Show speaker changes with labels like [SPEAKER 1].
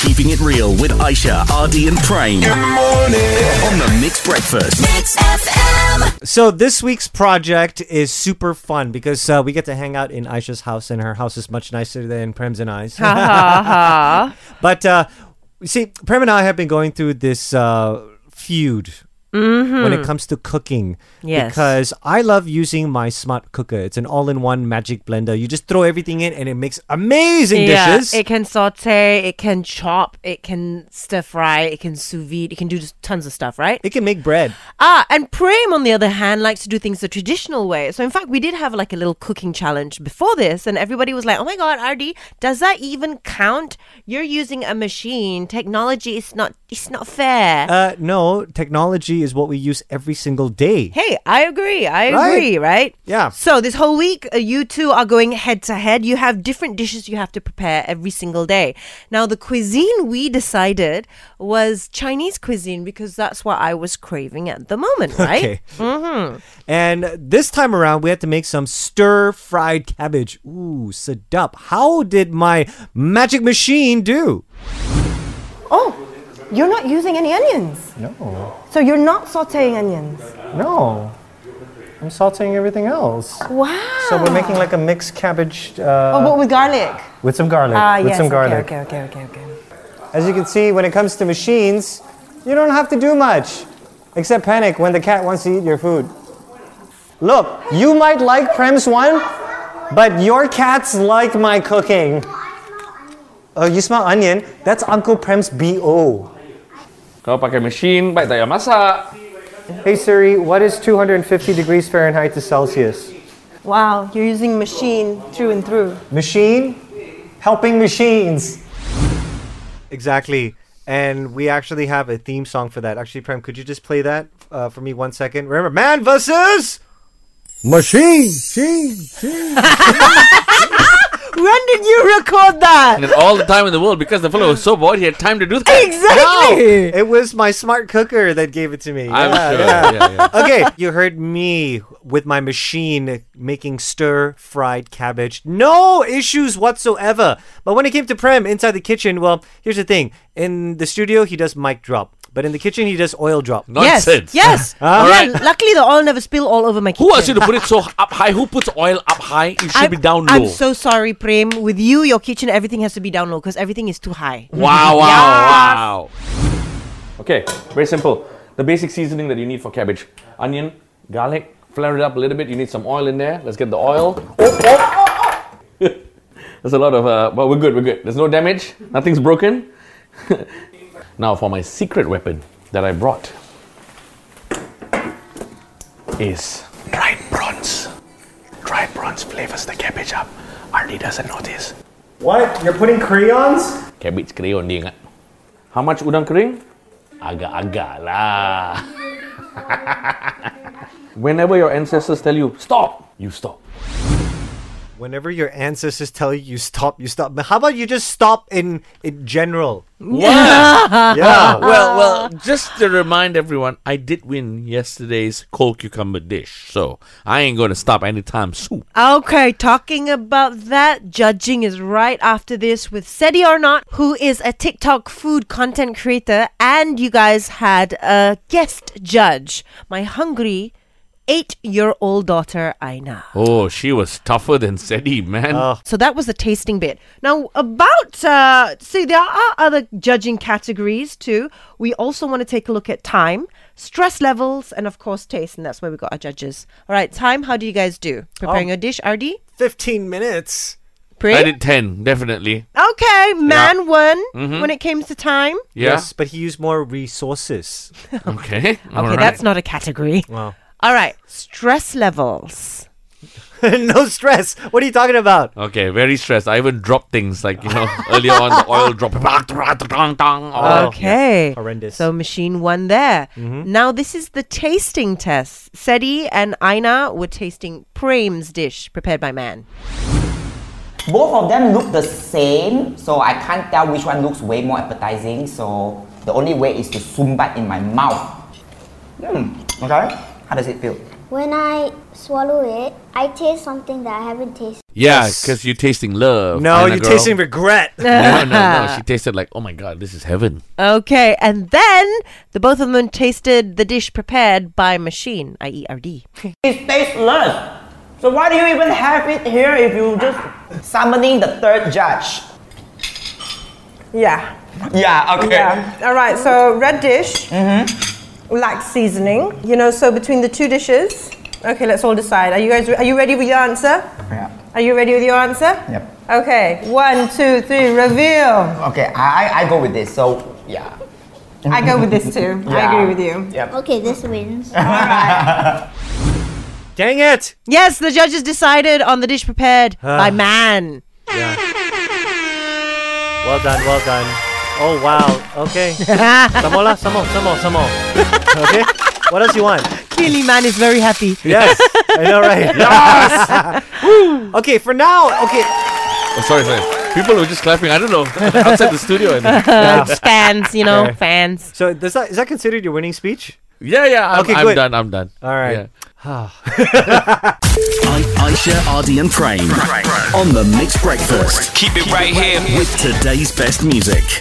[SPEAKER 1] Keeping It Real with Aisha, Ardy, and Prane on the Mixed Breakfast.
[SPEAKER 2] Mix FM.
[SPEAKER 3] So this week's project is super fun because uh, we get to hang out in Aisha's house, and her house is much nicer than Prem's and I's. but uh, you see, Prem and I have been going through this uh, feud when it comes to cooking.
[SPEAKER 4] Mm-hmm. Yes.
[SPEAKER 3] Because I love using my smart cooker. It's an all-in-one magic blender. You just throw everything in, and it makes amazing dishes.
[SPEAKER 4] it can saute, it can chop, it can stir fry, it can sous vide, it can do just tons of stuff, right?
[SPEAKER 3] It can make bread.
[SPEAKER 4] Ah, and Prem, on the other hand, likes to do things the traditional way. So, in fact, we did have like a little cooking challenge before this, and everybody was like, oh my God, RD, does that even count? You're using a machine. Technology is not, it's not fair.
[SPEAKER 3] Uh, no, technology is what we use every single day.
[SPEAKER 4] Hey, I agree. I
[SPEAKER 3] Right.
[SPEAKER 4] agree, right?
[SPEAKER 3] Yeah.
[SPEAKER 4] So this whole week, uh, you two are going head to head. You have different dishes you have to prepare every single day. Now, the cuisine we decided was Chinese cuisine because that's what I was craving at the moment, right?
[SPEAKER 3] Okay.
[SPEAKER 5] Mm-hmm.
[SPEAKER 3] And this time around, we had to make some stir fried cabbage. Ooh, sedup. How did my magic machine do?
[SPEAKER 5] Oh, you're not using any onions.
[SPEAKER 6] No,
[SPEAKER 5] So you're not sauteing onions.
[SPEAKER 6] no. Oh, I'm sauteing everything else.
[SPEAKER 5] Wow.
[SPEAKER 6] So we're making like a mixed cabbage uh,
[SPEAKER 5] Oh, but with garlic.
[SPEAKER 6] with some garlic.
[SPEAKER 5] Ah,
[SPEAKER 6] with
[SPEAKER 5] yes.
[SPEAKER 6] some
[SPEAKER 5] okay,
[SPEAKER 6] garlic.
[SPEAKER 5] Okay, okay, okay, okay.
[SPEAKER 6] As you can see, when it comes to machines, you don't have to do much, except panic when the cat wants to eat your food. Look, you might like Prem's one, but your cats like my cooking. Oh, you smell onion? That's Uncle Prem's BO.
[SPEAKER 7] Kau pakai mesin, baik tak payah masak.
[SPEAKER 6] Hey Siri, what is 250 degrees Fahrenheit to Celsius?
[SPEAKER 5] Wow, you're using machine through and through.
[SPEAKER 6] Machine? Helping machines.
[SPEAKER 3] Exactly. And we actually have a theme song for that. Actually, Prem, could you just play that uh, for me one second? Remember, man versus machine.
[SPEAKER 4] When did you record that?
[SPEAKER 7] And all the time in the world because the fellow was so bored he had time to do that.
[SPEAKER 4] Exactly.
[SPEAKER 3] It was my smart cooker that gave it to me.
[SPEAKER 7] I'm
[SPEAKER 3] Yeah,
[SPEAKER 7] sure.
[SPEAKER 3] yeah.
[SPEAKER 7] Yeah. Yeah,
[SPEAKER 3] okay, you heard me with my machine making stir fried cabbage. No issues whatsoever. But when it came to Prem inside the kitchen, well, here's the thing. In the studio, he does mic drop. But in the kitchen, he does oil drop.
[SPEAKER 4] Yes.
[SPEAKER 7] Nonsense.
[SPEAKER 4] Yes.
[SPEAKER 7] All
[SPEAKER 4] Yeah,
[SPEAKER 7] right.
[SPEAKER 4] Luckily, the oil never spilled all over my kitchen.
[SPEAKER 7] Who asked you to put it so up high? Who puts oil up high? It should
[SPEAKER 4] I'm,
[SPEAKER 7] be down low.
[SPEAKER 4] I'm so sorry, Prem. With you, your kitchen, everything has to be down low because everything is too high.
[SPEAKER 7] Wow, wow,
[SPEAKER 4] Yes.
[SPEAKER 7] wow. Okay, very simple. The basic seasoning that you need for cabbage onion, garlic, flare it up a little bit. You need some oil in there. Let's get the oil. Oh, oh. There's a lot of, uh, but we're good, we're good. There's no damage, nothing's broken. now, for my secret weapon that I brought is dried prawns. Dried prawns flavors the cabbage up. Arnie doesn't know this.
[SPEAKER 6] What? You're putting crayons?
[SPEAKER 7] Cabbage crayon dia ingat. How much udang kering? Agak-agak lah. Whenever your ancestors tell you stop, you stop.
[SPEAKER 3] Whenever your ancestors tell you you stop, you stop. But how about you just stop in in general? Yeah.
[SPEAKER 7] Ah, Well, well, just to remind everyone, I did win yesterday's cold cucumber dish, so I ain't gonna stop anytime soon.
[SPEAKER 4] Okay, talking about that, judging is right after this with Sedi or not, who is a TikTok food content creator, and you guys had a guest judge, my hungry eight-year-old daughter Aina.
[SPEAKER 7] Oh, she was tougher than Sedi, man.
[SPEAKER 4] So that was the tasting bit. Now, about, uh, see, there are other judging categories too. We also want to take a look at time, stress levels, and of course, taste. And that's where we got our judges. All right, time, how do you guys do? Preparing your dish, RD?
[SPEAKER 3] 15 minutes.
[SPEAKER 4] Pray?
[SPEAKER 7] I did ten, definitely.
[SPEAKER 4] Okay, man won when it came to time.
[SPEAKER 7] Yeah.
[SPEAKER 3] Yes, but he used more resources.
[SPEAKER 7] Okay. Okay,
[SPEAKER 4] Okay, that's not a category. All right, stress levels.
[SPEAKER 3] no stress. What are you talking about?
[SPEAKER 7] Okay, very stressed. I even dropped things like you know earlier on the oil drop. All
[SPEAKER 4] Okay.
[SPEAKER 3] Horrendous.
[SPEAKER 4] So machine one there. Now this is the tasting test. Seti and Aina were tasting Prem's dish prepared by man.
[SPEAKER 8] Both of them look the same, so I can't tell which one looks way more appetizing. So the only way is to sumbat in my mouth. Hmm. Okay. How does it feel?
[SPEAKER 2] When I swallow it, I taste something that I haven't tasted.
[SPEAKER 7] Yeah,
[SPEAKER 3] Yes.
[SPEAKER 7] because you're tasting love.
[SPEAKER 3] No,
[SPEAKER 7] Anna
[SPEAKER 3] you're
[SPEAKER 7] girl.
[SPEAKER 3] tasting regret.
[SPEAKER 7] No, no, no. She tasted like, oh my god, this is heaven.
[SPEAKER 4] Okay, and then the both of them tasted the dish prepared by machine, i.e., RD.
[SPEAKER 8] It tastes less. So why do you even have it here if you just summoning the third judge?
[SPEAKER 5] Yeah.
[SPEAKER 8] Yeah, okay.
[SPEAKER 5] Yeah. All right. So red dish. Lacks seasoning. You know. So between the two dishes. Okay. Let's all decide. Are you guys? Are you ready with your answer?
[SPEAKER 8] Yeah.
[SPEAKER 5] Are you ready with your answer?
[SPEAKER 8] Yep.
[SPEAKER 5] Okay. One, two, three. Reveal.
[SPEAKER 8] Okay, I I- I go with this. So yeah.
[SPEAKER 5] I go with this too. I agree with you.
[SPEAKER 2] Okay, this wins.
[SPEAKER 3] Dang it!
[SPEAKER 4] Yes, the judges decided on the dish prepared by man.
[SPEAKER 3] Well done, well done. Oh wow. Okay. some more, lah, some more, some more, some more. Okay. What else you want?
[SPEAKER 4] Clearly, man is very happy.
[SPEAKER 3] Yes. I know, right? Yes. Woo. Okay. For now. Okay.
[SPEAKER 7] Oh, sorry, sorry. People were just clapping. I don't know. Outside the studio. And,
[SPEAKER 4] It's fans, you know,
[SPEAKER 3] Okay.
[SPEAKER 4] fans.
[SPEAKER 3] So does that is that considered your winning speech?
[SPEAKER 7] yeah, yeah. I'm,
[SPEAKER 3] Okay,
[SPEAKER 7] I'm
[SPEAKER 3] good.
[SPEAKER 7] done. I'm done.
[SPEAKER 3] All right.
[SPEAKER 7] Yeah.
[SPEAKER 1] I- Aisha, Ardy, and Prane on the Mixed Breakfast
[SPEAKER 9] Keep it right here.
[SPEAKER 1] with today's best music.